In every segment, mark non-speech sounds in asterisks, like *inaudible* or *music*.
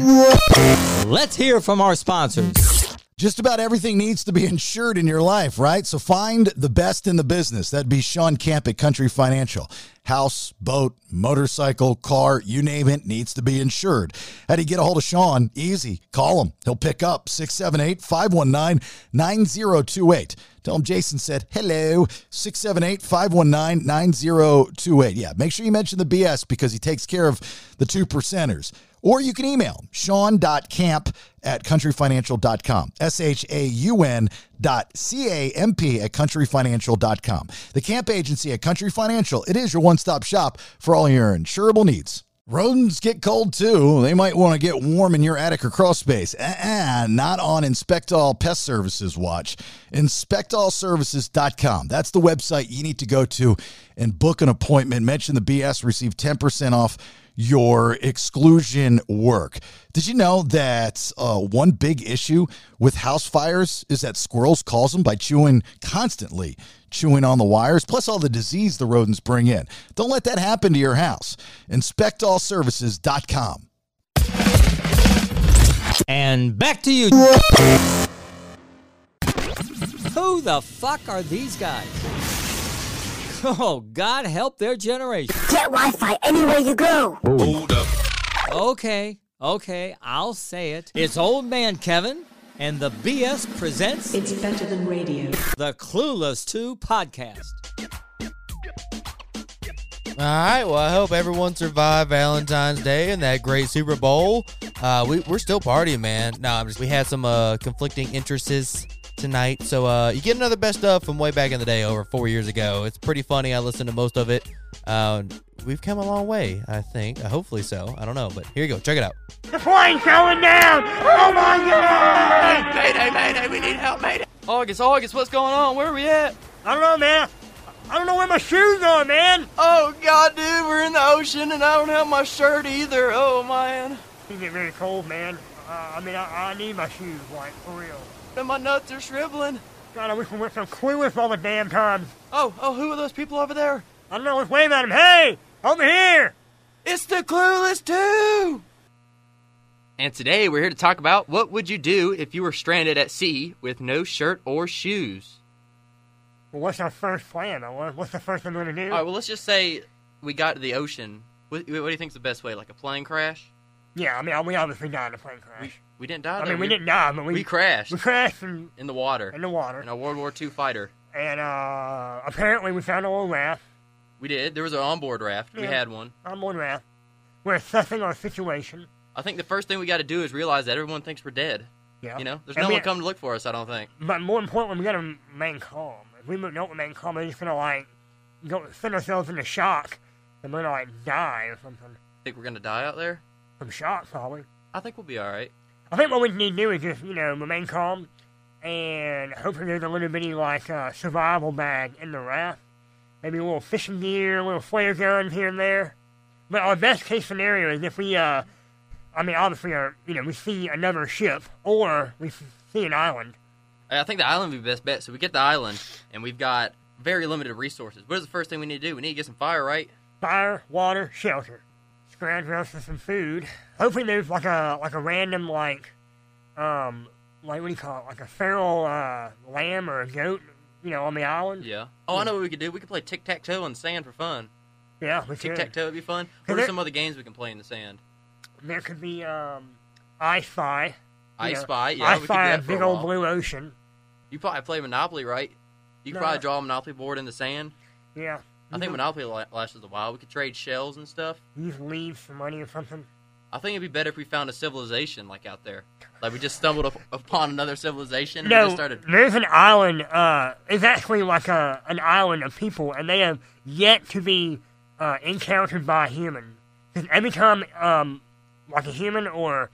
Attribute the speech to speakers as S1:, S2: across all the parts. S1: Let's hear from our sponsors.
S2: Just about everything needs to be *laughs* insured in your life, right? So find the best in the business. That'd be Sean Camp at Country Financial. House, boat, motorcycle, car, you name it, needs to be insured. How do you get a hold of Sean? Easy. Call him. He'll pick up 678 519 9028. Tell him Jason said hello, 678 519 9028. Yeah, make sure you mention the BS because he takes care of the two percenters. Or you can email him, sean.camp at countryfinancial.com. S H A U N dot C A M P at countryfinancial.com. The camp agency at Country Financial, it is your one stop shop for all your insurable needs. Rodents get cold too. They might want to get warm in your attic or crawl space. Uh-uh, not on Inspect All Pest Services watch. InspectAllServices.com. That's the website you need to go to and book an appointment. Mention the BS, receive 10% off your exclusion work. Did you know that uh, one big issue with house fires is that squirrels cause them by chewing constantly, chewing on the wires, plus all the disease the rodents bring in? Don't let that happen to your house. InspectAllServices.com.
S1: And back to you. Who the fuck are these guys? Oh, God help their generation.
S3: Get Wi-Fi anywhere you go.
S4: Hold up.
S1: Okay, okay, I'll say it. It's Old Man Kevin, and the BS presents
S5: It's better than radio.
S1: the Clueless 2 podcast.
S6: All right. Well, I hope everyone survived Valentine's Day and that great Super Bowl. Uh, we we're still partying, man. No, I'm just. We had some uh, conflicting interests tonight, so uh, you get another best of from way back in the day, over four years ago. It's pretty funny. I listened to most of it. Uh, we've come a long way, I think. Uh, hopefully so. I don't know, but here you go. Check it out.
S7: August, August, what's going on? Where are we at?
S8: I don't know, man. I don't know where my shoes are, man.
S7: Oh God, dude, we're in the ocean and I don't have my shirt either. Oh man,
S8: You get very cold, man. Uh, I mean, I, I need my shoes, like, for real.
S7: and my nuts are shriveling.
S8: God, I wish we were some clueless all the damn time.
S7: Oh, oh, who are those people over there?
S8: I don't know what's waving at him. Hey, over here.
S7: It's the Clueless Two. And today we're here to talk about what would you do if you were stranded at sea with no shirt or shoes.
S8: Well, what's our first plan? though? What- What's the first thing we're gonna do?
S7: All right, well let's just say we got to the ocean. What, what do you think's the best way? Like a plane crash?
S8: yeah, I mean, we obviously died in a plane
S7: We,
S8: crash.
S7: we didn't die.
S8: I
S7: though.
S8: mean, we, didn't die, but we
S7: we crashed.
S8: We crashed in,
S7: in the water.
S8: in the water,
S7: in a World War II fighter.
S8: and uh, apparently we found a little raft.
S7: We did. There was an onboard raft. We
S8: Yeah.
S7: had one.
S8: I'm on raft. We're assessing our situation.
S7: I think the first thing we got to do is realize that everyone thinks we're dead.
S8: Yeah.
S7: You know, there's
S8: And
S7: no
S8: we-
S7: one come to look for us. I don't think.
S8: But more importantly, we gotta remain calm. If we don't remain calm, we're just gonna like go send ourselves into shock, and we're gonna like die or something
S7: Think we're gonna die out there?
S8: from shock probably.
S7: I think we'll be all right.
S8: I think what we need to do is just you know remain calm, and hopefully there's a little bitty like uh, survival bag in the raft, maybe a little fishing gear, a little flare guns here and there. But our best case scenario is if we, uh, I mean, obviously, our, you know, we see another ship or we s- see an island.
S7: I I think the island would be the best bet. So we get the island, and we've got very limited resources. What is the first thing we need to do? We need to get some fire, right?
S8: fire, water, shelter. Scrounge around for some food. Hopefully there's like a like a random like um like what do you call it? Like a feral uh lamb or a goat, you know, on the island.
S7: Yeah. Oh, I know what we could do. We could play tic tac toe on the sand for fun.
S8: Yeah, we
S7: Tic
S8: could.
S7: tac toe would be fun. What
S8: there-
S7: are some other games we can play in the sand?
S8: There could be um I spy.
S7: I
S8: you know.
S7: spy. Yeah,
S8: I
S7: we could do
S8: spy
S7: that
S8: a
S7: for a
S8: big old
S7: while.
S8: blue ocean.
S7: You probably play Monopoly, right? You could
S8: No.
S7: probably draw a Monopoly board in the sand.
S8: Yeah.
S7: I think Monopoly la- lasts a while. We could trade shells and stuff.
S8: You just leave some money or something.
S7: I think it'd be better if we found a civilization like out there. Like we just stumbled up upon another civilization and we
S8: No,
S7: just started.
S8: there's an island. Uh, it's actually like a an island of people, and they have yet to be uh, encountered by a human. 'Cause every time, um, like a human or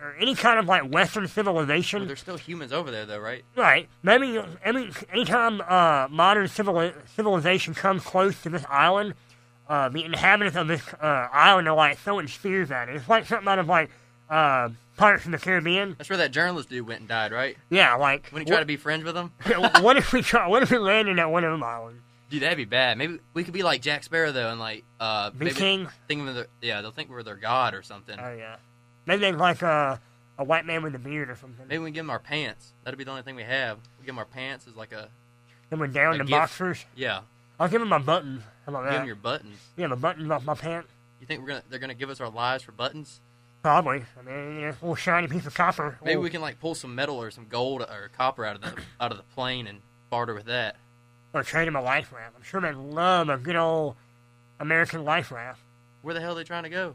S8: or any kind of like Western
S7: Well,
S8: civilization,
S7: there's still humans over there though, right?
S8: right? Maybe any anytime uh, modern civil, civilization comes close to this island, uh, the inhabitants of this uh, island are like throwing spears at it. It's like something out of like uh, Pirates of the Caribbean.
S7: That's where that journalist dude went and died, right?
S8: Yeah, like
S7: When he tried to be friends
S8: *laughs*
S7: with them.
S8: what, what if we try? What if we landed at one of them islands?
S7: Dude, that'd be bad. Maybe we could be like Jack Sparrow though, and like uh,
S8: Be
S7: maybe
S8: king.
S7: Think of the, yeah, they'll think we're their god or something.
S8: Oh yeah. Maybe they like a, a white man with a beard or something.
S7: Maybe we can give them our pants. That'll be the only thing we have. We give them our pants as like a
S8: Then we're down
S7: a
S8: to
S7: gift.
S8: boxers.
S7: yeah.
S8: I'll give them my buttons. How about
S7: Give
S8: that?
S7: them your buttons.
S8: yeah, the buttons off my pants.
S7: You think we're gonna they're gonna give us our lives for buttons?
S8: Probably. I mean, yeah, a little shiny piece of copper.
S7: Maybe
S8: Little-
S7: we can like pull some metal or some gold or copper out of the out of the plane and barter with that.
S8: or trade him a life raft. I'm sure they'd love a good old American life raft.
S7: Where the hell are they trying to go?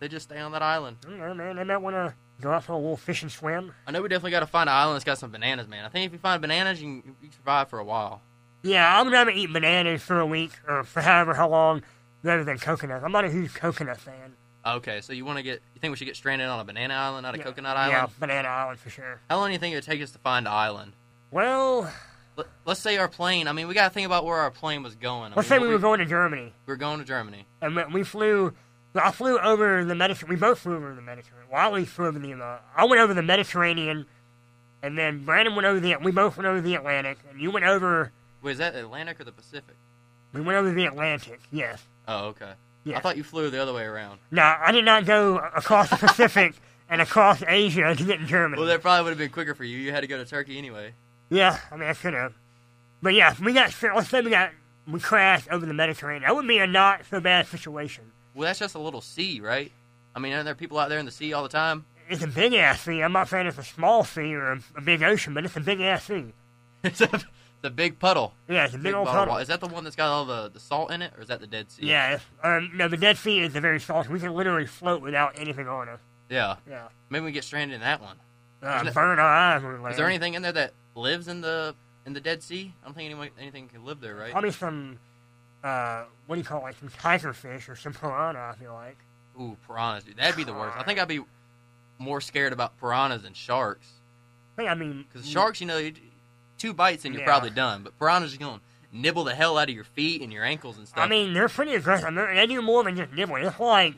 S7: They just stay on that island.
S8: I don't know, man. They might want to go out for a little fish and swim.
S7: I know we definitely got to find an island that's got some bananas, man. I think if you find bananas, you can, you can survive for a while.
S8: Yeah, I'm gonna eat bananas for a week or for however how long, rather than coconuts. I'm not a huge coconut fan.
S7: Okay, so you want to get? You think we should get stranded on a banana island, not a
S8: Yeah.
S7: coconut island?
S8: Yeah, banana island for sure.
S7: How long do you think it would take us to find an island?
S8: Well,
S7: Let, let's say our plane. I mean, we got to think about where our plane was going. I
S8: let's
S7: mean,
S8: say we were going to Germany,
S7: we were going to Germany.
S8: and we- we flew. I flew over the Mediterranean. We both flew over the Mediterranean. Well, I flew over the. Uh, I went over the Mediterranean, and then Brandon went over the. We both went over the Atlantic, and you went over.
S7: Wait, is that the Atlantic or the Pacific?
S8: We went over the Atlantic. Yes.
S7: Oh, okay.
S8: Yeah.
S7: I thought you flew the other way around.
S8: No, I did not go across the
S7: *laughs*
S8: Pacific and across Asia to get in Germany.
S7: Well, that probably would have been quicker for you. You had to go to Turkey anyway.
S8: yeah, I mean, I could have. But yeah, we got, let's say we got, we crashed over the Mediterranean. That would be a not so bad situation.
S7: Well, that's just a little sea, right? I mean, aren't there people out there in the sea all the time? *laughs*
S8: It's a big ass sea. I'm not saying it's a small sea or a, a big ocean, but it's a big ass sea.
S7: it's a, the big puddle.
S8: Yeah, it's a big, old
S7: bottle of
S8: puddle.
S7: wa- Is that the one that's got all the, the salt in it, or is that the Dead Sea?
S8: Yeah, it's, um, no, the Dead Sea is a very salty. We can literally float without anything on us.
S7: Yeah.
S8: Yeah.
S7: Maybe we get stranded in that one.
S8: Uh,
S7: Isn't it-
S8: burn our eyes. when we
S7: Is
S8: land.
S7: there anything in there that lives in the in the Dead Sea? I don't think anyone anything can live there, right?
S8: Probably some, uh, what do you call it, like some tiger fish or some piranha, I feel like.
S7: Ooh, piranhas, dude. That'd be the worst. I think I'd be more scared about piranhas than sharks.
S8: I think, I mean,
S7: Because sharks, you know, you, two bites and you're
S8: Mm. Yeah.
S7: probably done. But piranhas are going to nibble the hell out of your feet and your ankles and stuff.
S8: I mean, they're pretty aggressive. They're- They do more than just nibbling. It's like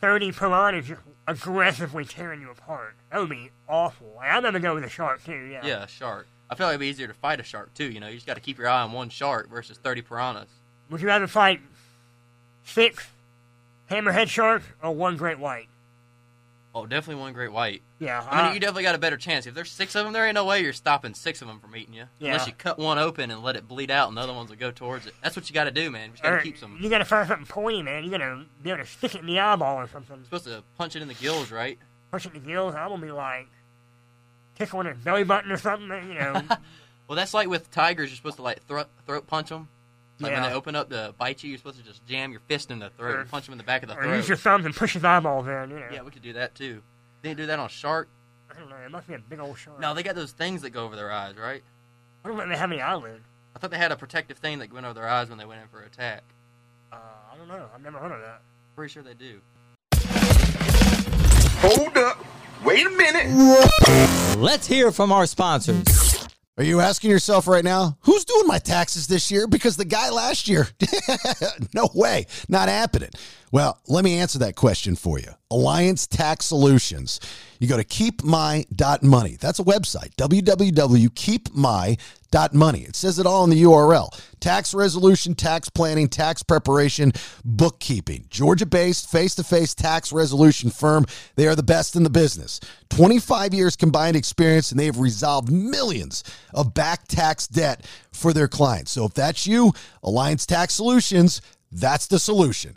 S8: 30 piranhas just aggressively tearing you apart. That would be awful. Like, I'd never go with a shark, too, yeah.
S7: yeah, shark. I feel like it'd be easier to fight a shark too. You know, you just got to keep your eye on one shark versus thirty piranhas.
S8: Would you rather fight six hammerhead sharks or one great white?
S7: Oh, definitely one great white.
S8: Yeah.
S7: I mean,
S8: I-
S7: you definitely got a better chance. If there's six of them, there ain't no way you're stopping six of them from eating you.
S8: Yeah.
S7: Unless you cut one open and let it bleed out, and the other ones will go towards it. That's what you got to do, man. You just got
S8: or
S7: to keep some.
S8: You gotta find something pointy, man. You gotta be able to stick it in the eyeball or something.
S7: You're supposed to punch it in the gills, right?
S8: Push it in the gills. I'm gonna be like tickling his belly button or something, you
S7: *laughs*
S8: know.
S7: Well, that's like with tigers. You're supposed to like throat throat punch them. Like
S8: Yeah.
S7: when they open up to bite you, you're supposed to just jam your fist in the throat,
S8: Or-
S7: and punch them in the back of the
S8: or use
S7: throat.
S8: your thumbs and push his eyeballs in, you know.
S7: Yeah, we could do that too. They do that on shark.
S8: I don't know. It must be a big old shark.
S7: No, they got those things that go over their eyes, right?
S8: I don't think they have any eyelids.
S7: I thought they had a protective thing that went over their eyes when they went in for attack.
S8: Uh, I don't know. I've never heard of that.
S7: Pretty sure they do.
S4: Hold up. Wait a minute.
S1: Let's hear from our sponsors.
S2: Are you asking yourself right now, who's doing my taxes this year? Because the guy last year, *laughs* no way, not happening. Well, let me answer that question for you. Alliance Tax Solutions. You go to keepmy.money. That's a website, www.keepmy.money. It says it all in the URL tax resolution, tax planning, tax preparation, bookkeeping. Georgia based, face to face tax resolution firm. They are the best in the business. 25 years combined experience, and they have resolved millions of back tax debt for their clients. So if that's you, Alliance Tax Solutions, that's the solution.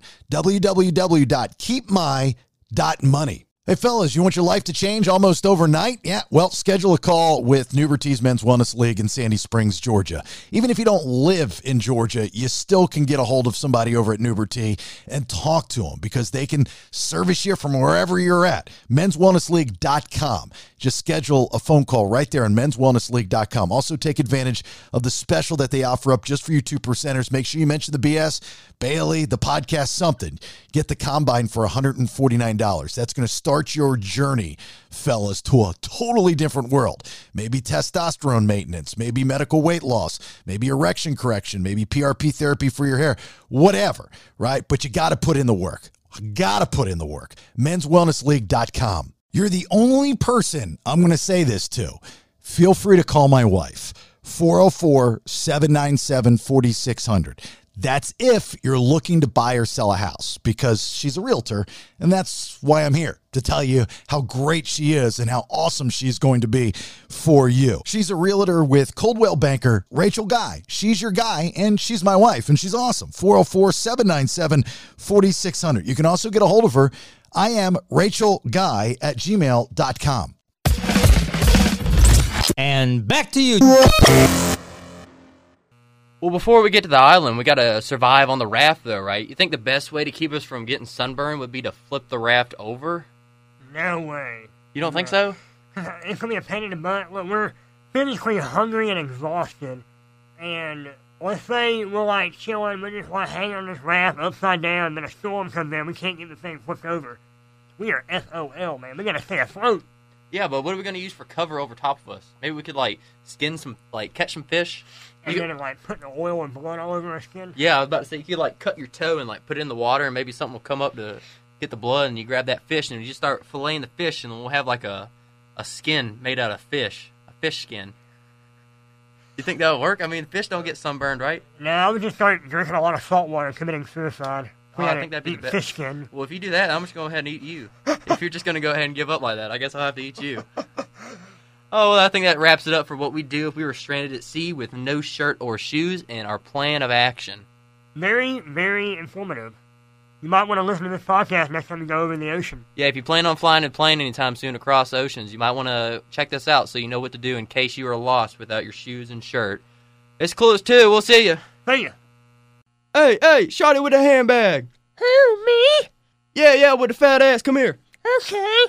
S2: www.keepmy.money. Hey, fellas, you want your life to change almost overnight? Yeah, well, schedule a call with New Bertiz Men's Wellness League in Sandy Springs, Georgia. Even if you don't live in Georgia, you still can get a hold of somebody over at New Bertiz and talk to them because they can service you from wherever you're at. Men'sWellnessLeague.com. Just schedule a phone call right there on Men'sWellnessLeague.com. Also, take advantage of the special that they offer up just for you two percenters. Make sure you mention the BS, Bailey, the podcast, something. Get the combine for $149. That's going to start your journey, fellas, to a totally different world. Maybe testosterone maintenance, maybe medical weight loss, maybe erection correction, maybe PRP therapy for your hair, whatever, right? But you got to put in the work. Got to put in the work. Men'sWellnessLeague.com. You're the only person I'm going to say this to. oh Feel free to call my wife, 404 797 4600. That's if you're looking to buy or sell a house because she's a realtor. And that's why I'm here to tell you how great she is and how awesome she's going to be for you. She's a realtor with Coldwell Banker, Rachel Guy. She's your guy and she's my wife and she's awesome. 404 797 4600. You can also get a hold of her. I am Rachel Guy at gmail.com.
S1: And back to you.
S7: Well, before we get to the island, we gotta survive on the raft, though, right? You think the best way to keep us from getting sunburned would be to flip the raft over?
S8: No way.
S7: You don't think so?
S8: *laughs* it's gonna be a pain in the butt. Look, we're physically hungry and exhausted, and let's say we're like chilling, we just want to hang on this raft upside down, then a storm comes in, we can't get the thing flipped over. We are SOL, man. We gotta stay afloat.
S7: Yeah, but what are we gonna use for cover over top of us? Maybe we could like skin some, like catch some fish.
S8: And
S7: You-
S8: then like putting oil and blood all over our skin.
S7: yeah, I was about to say you could like cut your toe and like put it in the water, and maybe something will come up to get the blood, and you grab that fish, and you just start filleting the fish, and we'll have like a a skin made out of fish, a fish skin. You think that'll work? I mean, fish don't get sunburned, right?
S8: No, I would just start drinking a lot of salt water and committing suicide.
S7: Oh,
S8: We
S7: I
S8: gotta
S7: think that'd be
S8: eat
S7: the best.
S8: Mm, fish skin.
S7: Well, if you do that, I'm just going ahead and eat you. if you're just going to go ahead and give up like that, I guess I'll have to eat you.
S8: *laughs*
S7: Oh, well, I think that wraps it up for what we do if we were stranded at sea with no shirt or shoes and our plan of action.
S8: Very, very informative. You might want to listen to this podcast next time you go over in the ocean.
S7: Yeah, if you plan on flying a plane anytime soon across oceans, you might want to check this out so you know what to do in case you are lost without your shoes and shirt. It's close too. We'll see you.
S8: See ya.
S6: Hey, hey, shot it with a handbag.
S8: Who, me?
S6: Yeah, yeah, with a fat ass. Come here.
S8: Okay.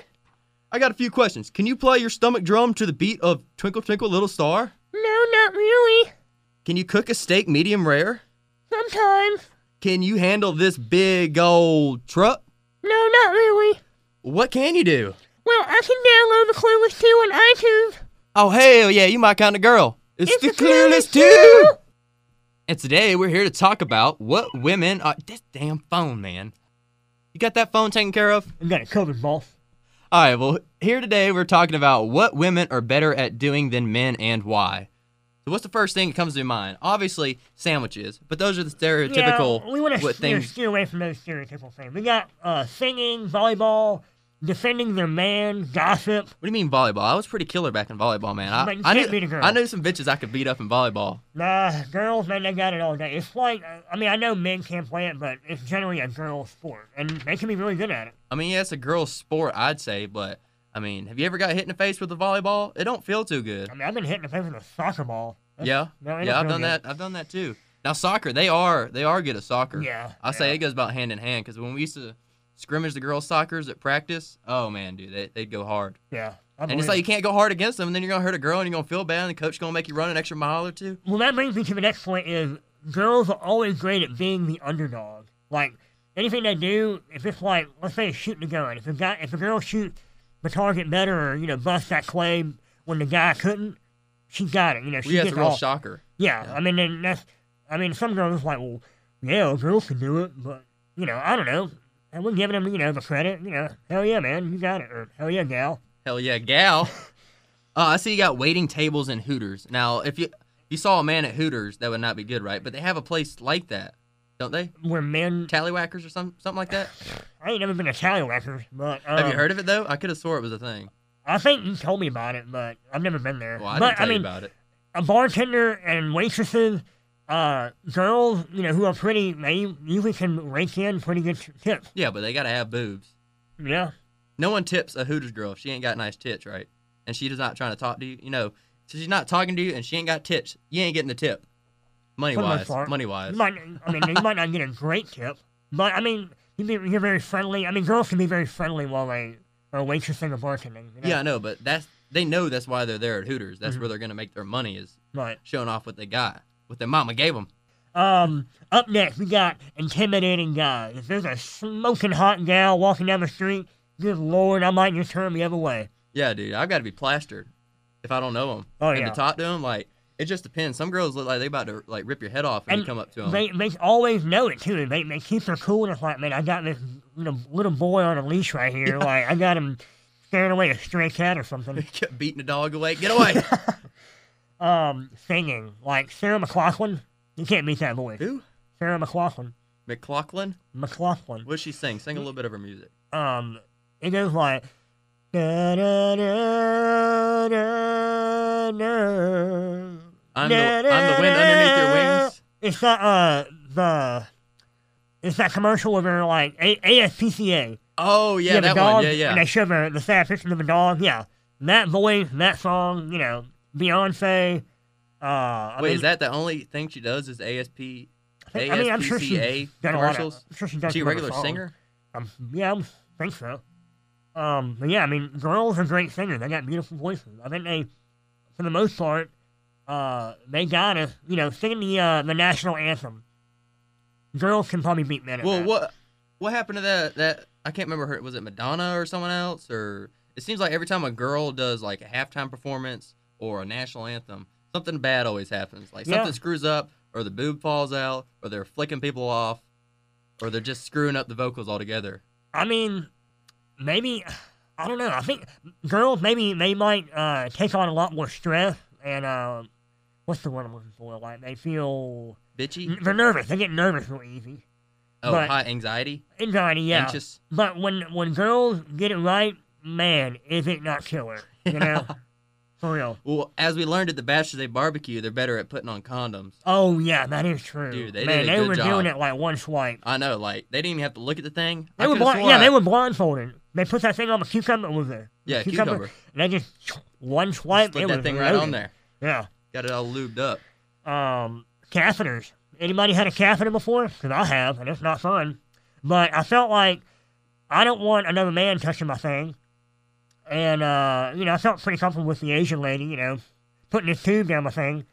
S6: I got a few questions. Can you play your stomach drum to the beat of Twinkle Twinkle Little Star?
S8: No, not really.
S6: Can you cook a steak medium rare?
S8: Sometimes.
S6: Can you handle this big old truck?
S8: No, not really.
S6: What can you do?
S8: Well, I can download the Clueless 2 on iTunes.
S6: Oh, hell yeah, you my kind of girl. It's,
S8: It's
S6: the,
S8: the
S6: clueless,
S8: Clueless
S6: too.
S7: And today we're here to talk about what women are. This damn phone, man. You got that phone taken care of?
S8: I got it covered, boss.
S7: All right, well, here today we're talking about what women are better at doing than men and why. So, what's the first thing that comes to mind? Obviously, sandwiches, but those are the stereotypical
S8: yeah, we want to
S7: what things.
S8: steer away from those stereotypical things. We got uh, singing, volleyball, defending their man, gossip.
S7: What do you mean volleyball? I was pretty killer back in volleyball, man. I,
S8: But you
S7: I
S8: can't
S7: knew,
S8: beat a girl.
S7: I knew some bitches I could beat up in volleyball.
S8: Nah, girls, man, they got it all day. It's like, uh, I mean, I know men can play it, but it's generally a girl sport, and they can be really good at it.
S7: I mean, yeah, it's a girl's sport, I'd say, but I mean, have you ever got hit in the face with a volleyball? It don't feel too good.
S8: I mean, I've been hitting the face with a soccer ball. That's-
S7: Yeah,
S8: no, it
S7: yeah,
S8: don't
S7: I've
S8: feel
S7: done
S8: good.
S7: that. I've done that too. Now soccer, they are they are good at soccer.
S8: Yeah,
S7: I say
S8: yeah.
S7: it goes about hand in hand because when we used to scrimmage the girls' soccer's at practice, oh man, dude, they they'd go hard.
S8: Yeah. I
S7: And it's
S8: believe
S7: like
S8: it.
S7: you can't go hard against them, and then you're gonna hurt a girl, and you're gonna feel bad, and the coach gonna make you run an extra mile or two.
S8: Well, that brings me to the next point: is girls are always great at being the underdog. Like anything they do, if it's like let's say it's shooting a gun, if a guy, if a girl shoots the target better, or you know, bust that claim when the guy couldn't, she got it. You know, *laughs* she
S7: We had
S8: gets
S7: a real
S8: off.
S7: shocker.
S8: Yeah, I mean, and that's, I mean, some girls like, well, yeah, girls can do it, but you know, I don't know. And we're giving them, you know, the credit. You know, hell yeah, man, you got it, or hell yeah, gal.
S7: Hell yeah, gal. *laughs* Uh, I see you got waiting tables and Hooters. Now, if you you saw a man at Hooters, that would not be good, right? But they have a place like that, don't they?
S8: We're men.
S7: Tallywhackers or something, something like that.
S8: I ain't never been a tallywhacker, but um,
S7: Have you heard of it though? I could have swore it was a thing.
S8: I think you told me about it, but I've never been there.
S7: Well, I
S8: but
S7: didn't tell
S8: I mean,
S7: you about it.
S8: a bartender and waitresses, uh, girls, you know, who are pretty, they usually can rake in pretty good tips.
S7: Yeah, but they gotta have boobs.
S8: Yeah.
S7: No one tips a Hooters girl if she ain't got nice tits, right? And she is not trying to talk to you. You know, so she's not talking to you, and she ain't got tits. You ain't getting the tip. Money
S8: for the most
S7: wise,
S8: part.
S7: money wise.
S8: You might, I mean, you might not get a great tip, but I mean, you be, you're very friendly. I mean, girls can be very friendly while they are waitressing or bartending. You know?
S7: Yeah, I know, but that's they know that's why they're there at Hooters.
S8: Mm-hmm.
S7: That's where they're gonna make their money is
S8: Right.
S7: showing off what they got, what their mama gave them.
S8: Um, up next, we got intimidating guys. If there's a smoking hot gal walking down the street, good lord, I might just turn the other way.
S7: Yeah, dude, I've got to be plastered if I don't know them.
S8: Oh,
S7: and
S8: yeah.
S7: to talk to them, like it just depends. Some girls look like they about to like rip your head off when you come up to them.
S8: They, they always know it too. They, they keep their cool and it's like, man, I got this you know, little boy on a leash right here. Like, I got him scaring away a stray cat or
S7: *laughs*
S8: something.
S7: Kept beating the dog away.
S8: *laughs*
S7: Get away.
S8: Um, singing. Like, Sarah McLaughlin, you can't beat that voice.
S7: Who?
S8: Sarah McLaughlin.
S7: McLaughlin?
S8: McLaughlin.
S7: What does she sing? Sing a little bit of her music.
S8: um, it goes like da da da da da.
S7: I'm the, I'm the wind underneath your wings.
S8: It's that uh the it's that commercial where they're like A- ASPCA.
S7: Oh, yeah,
S8: the
S7: that
S8: dog,
S7: one. Yeah,
S8: And they
S7: yeah.
S8: show the, the sad picture of the dog. Yeah, that voice, that song. You know, Beyonce. Uh, I
S7: Wait,
S8: mean,
S7: is that the only thing she does is ASP,
S8: I think- I mean, I'm sure she's
S7: ASPCA
S8: done a lot of-
S7: commercials?
S8: I'm sure she's done
S7: Is she a
S8: some other
S7: regular
S8: songs.
S7: singer?
S8: Um, yeah, I think so. Um, but yeah, I mean, girls are great singers. They got beautiful voices. I think they, for the most part, uh, they got us. You know, singing the uh, the national anthem. Girls can probably beat *laughs* men. at
S7: Well,
S8: that.
S7: what what happened to that? That I can't remember. Her was it Madonna or someone else? Or it seems like every time a girl does like a halftime performance or a national anthem, something bad always happens. Like
S8: Yeah.
S7: something screws up, or the boob falls out, or they're flicking people off, or they're just screwing up the vocals altogether.
S8: I mean, maybe I don't know. I think girls maybe they might uh, take on a lot more stress and uh, what's the word I'm looking for? Like they feel
S7: Bitchy.
S8: Mm, they're nervous. They get nervous real easy.
S7: Oh,
S8: But-
S7: high anxiety.
S8: Anxiety, yeah.
S7: Anxious.
S8: But when when girls get it right, man, is it not killer? You know,
S7: *laughs*
S8: for real.
S7: Well, as we learned at the Bachelor Day barbecue, they're better at putting on condoms.
S8: Oh yeah, that is true.
S7: Dude, they
S8: man,
S7: did a
S8: they
S7: good
S8: were
S7: job.
S8: doing it like one swipe.
S7: I know, like they didn't even have to look at the thing.
S8: They
S7: I
S8: were
S7: could've
S8: blind,
S7: swore
S8: yeah,
S7: I-
S8: they were blindfolded. They put that thing on the cucumber was there.
S7: Yeah, cucumber.
S8: And they just one swipe.
S7: Slid
S8: it
S7: that
S8: was
S7: thing right on
S8: loaded.
S7: there.
S8: Yeah.
S7: Got it all lubed up.
S8: um, catheters. Anybody had a catheter before? Because I have, and it's not fun. But I felt like I don't want another man touching my thing. And, uh, you know, I felt pretty comfortable with the Asian lady, you know, putting this tube down my thing.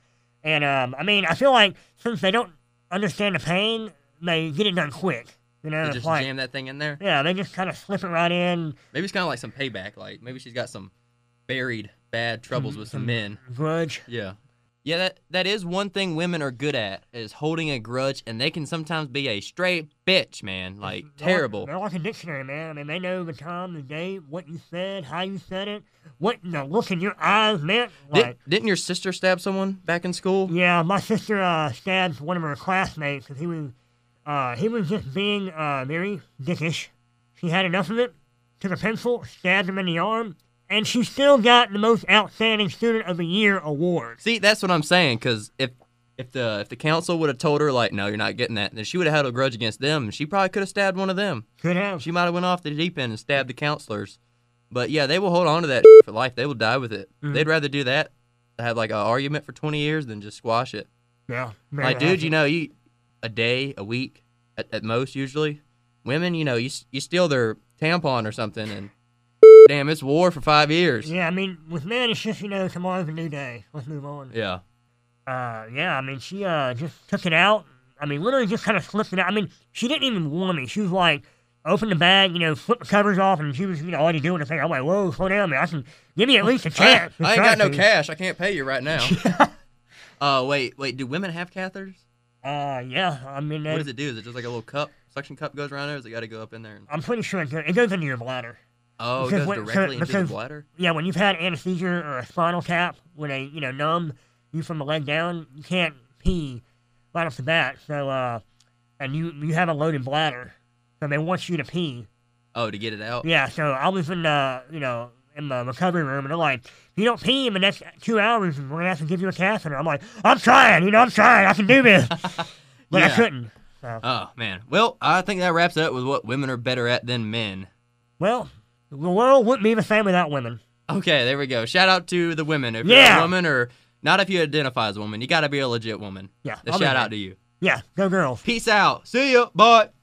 S8: And, um, I mean, I feel like since they don't understand the pain, they get it done quick. You know,
S7: They
S8: it's
S7: just
S8: like,
S7: jam that thing in there.
S8: yeah, they just kind of slip it right in,
S7: Maybe it's kind of like some payback. Like maybe she's got some buried bad
S8: Mm-hmm.
S7: troubles with some men.
S8: grudge.
S7: Yeah. Yeah, that, that is one thing women are good at is holding a grudge, and they can sometimes be a straight bitch, man.
S8: They're
S7: Like
S8: Mm-hmm. like-
S7: terrible.
S8: They're like a dictionary, man. I mean, they know the time, the day, what you said, how you said it, what the look in your eyes meant. Like,
S7: Did, didn't your sister stab someone back in school?
S8: yeah, my sister uh, stabbed one of her classmates because he was uh, he was just being uh, very dickish. She had enough of it. Took a pencil, stabbed him in the arm, and she still got the most outstanding student of the year award.
S7: See, that's what I'm saying. Cause if if the if the council would have told her like, no, you're not getting that, then she would have had a grudge against them. and She probably could have stabbed one of them.
S8: Could have.
S7: She might have went off the deep end and stabbed the counselors. But yeah, they will hold on to that for life. They will die with it.
S8: Mm-hmm.
S7: They'd rather do that, have like an argument for 20 years, than just squash it.
S8: yeah. man,
S7: Like,
S8: that's
S7: dude,
S8: it.
S7: you know, you a day, a week, at, at most, usually. Women, you know, you s- you steal their tampon or something, and damn, it's war for five years.
S8: Yeah, I mean, with men, it's just you know, tomorrow's a new day. Let's move on.
S7: Yeah.
S8: uh, yeah, I mean, she uh, just took it out. I mean, literally just kind of slipped it out. I mean, she didn't even warn me. She was like, open the bag, you know, flip the covers off, and she was, you know, already doing the thing. I'm like, whoa, slow down, man. I can give me at least a
S7: I,
S8: chance. to
S7: I ain't
S8: try
S7: got no
S8: to."
S7: cash. I can't pay you
S8: *laughs*
S7: right now. uh, wait, wait. Do women have catheters?
S8: Uh, yeah, I mean,
S7: What
S8: uh,
S7: does it do? Is it just like a little cup? Suction cup goes around there. Does it got to go up in there? And,
S8: I'm pretty sure it goes, it goes into your bladder.
S7: oh, it
S8: because
S7: goes
S8: when- so-
S7: directly into the
S8: because-
S7: bladder.
S8: Yeah, when you've had anesthesia or a spinal tap, when they, you know, numb you from the leg down, you can't pee right off the bat. So, uh, and you you have a loaded bladder, so they want you to pee.
S7: Oh, to get it out.
S8: Yeah, so I was in the, you know, in the recovery room, and they're like, if you don't pee in the next two hours, we're going to have to give you a catheter. I'm like, I'm trying, you know, I'm trying, I can do this. But I
S7: Yeah.
S8: couldn't.
S7: Oh man. Well, I think that wraps it up with what women are better at than men.
S8: Well, the world wouldn't be the same without women.
S7: Okay, there we go. Shout out to the women. If you're
S8: Yeah.
S7: a woman or not if you identify as a woman, you gotta be a legit woman.
S8: Yeah,
S7: The
S8: I'm a
S7: shout
S8: man.
S7: out to you.
S8: Yeah, go girls.
S7: Peace out. See ya. Bye.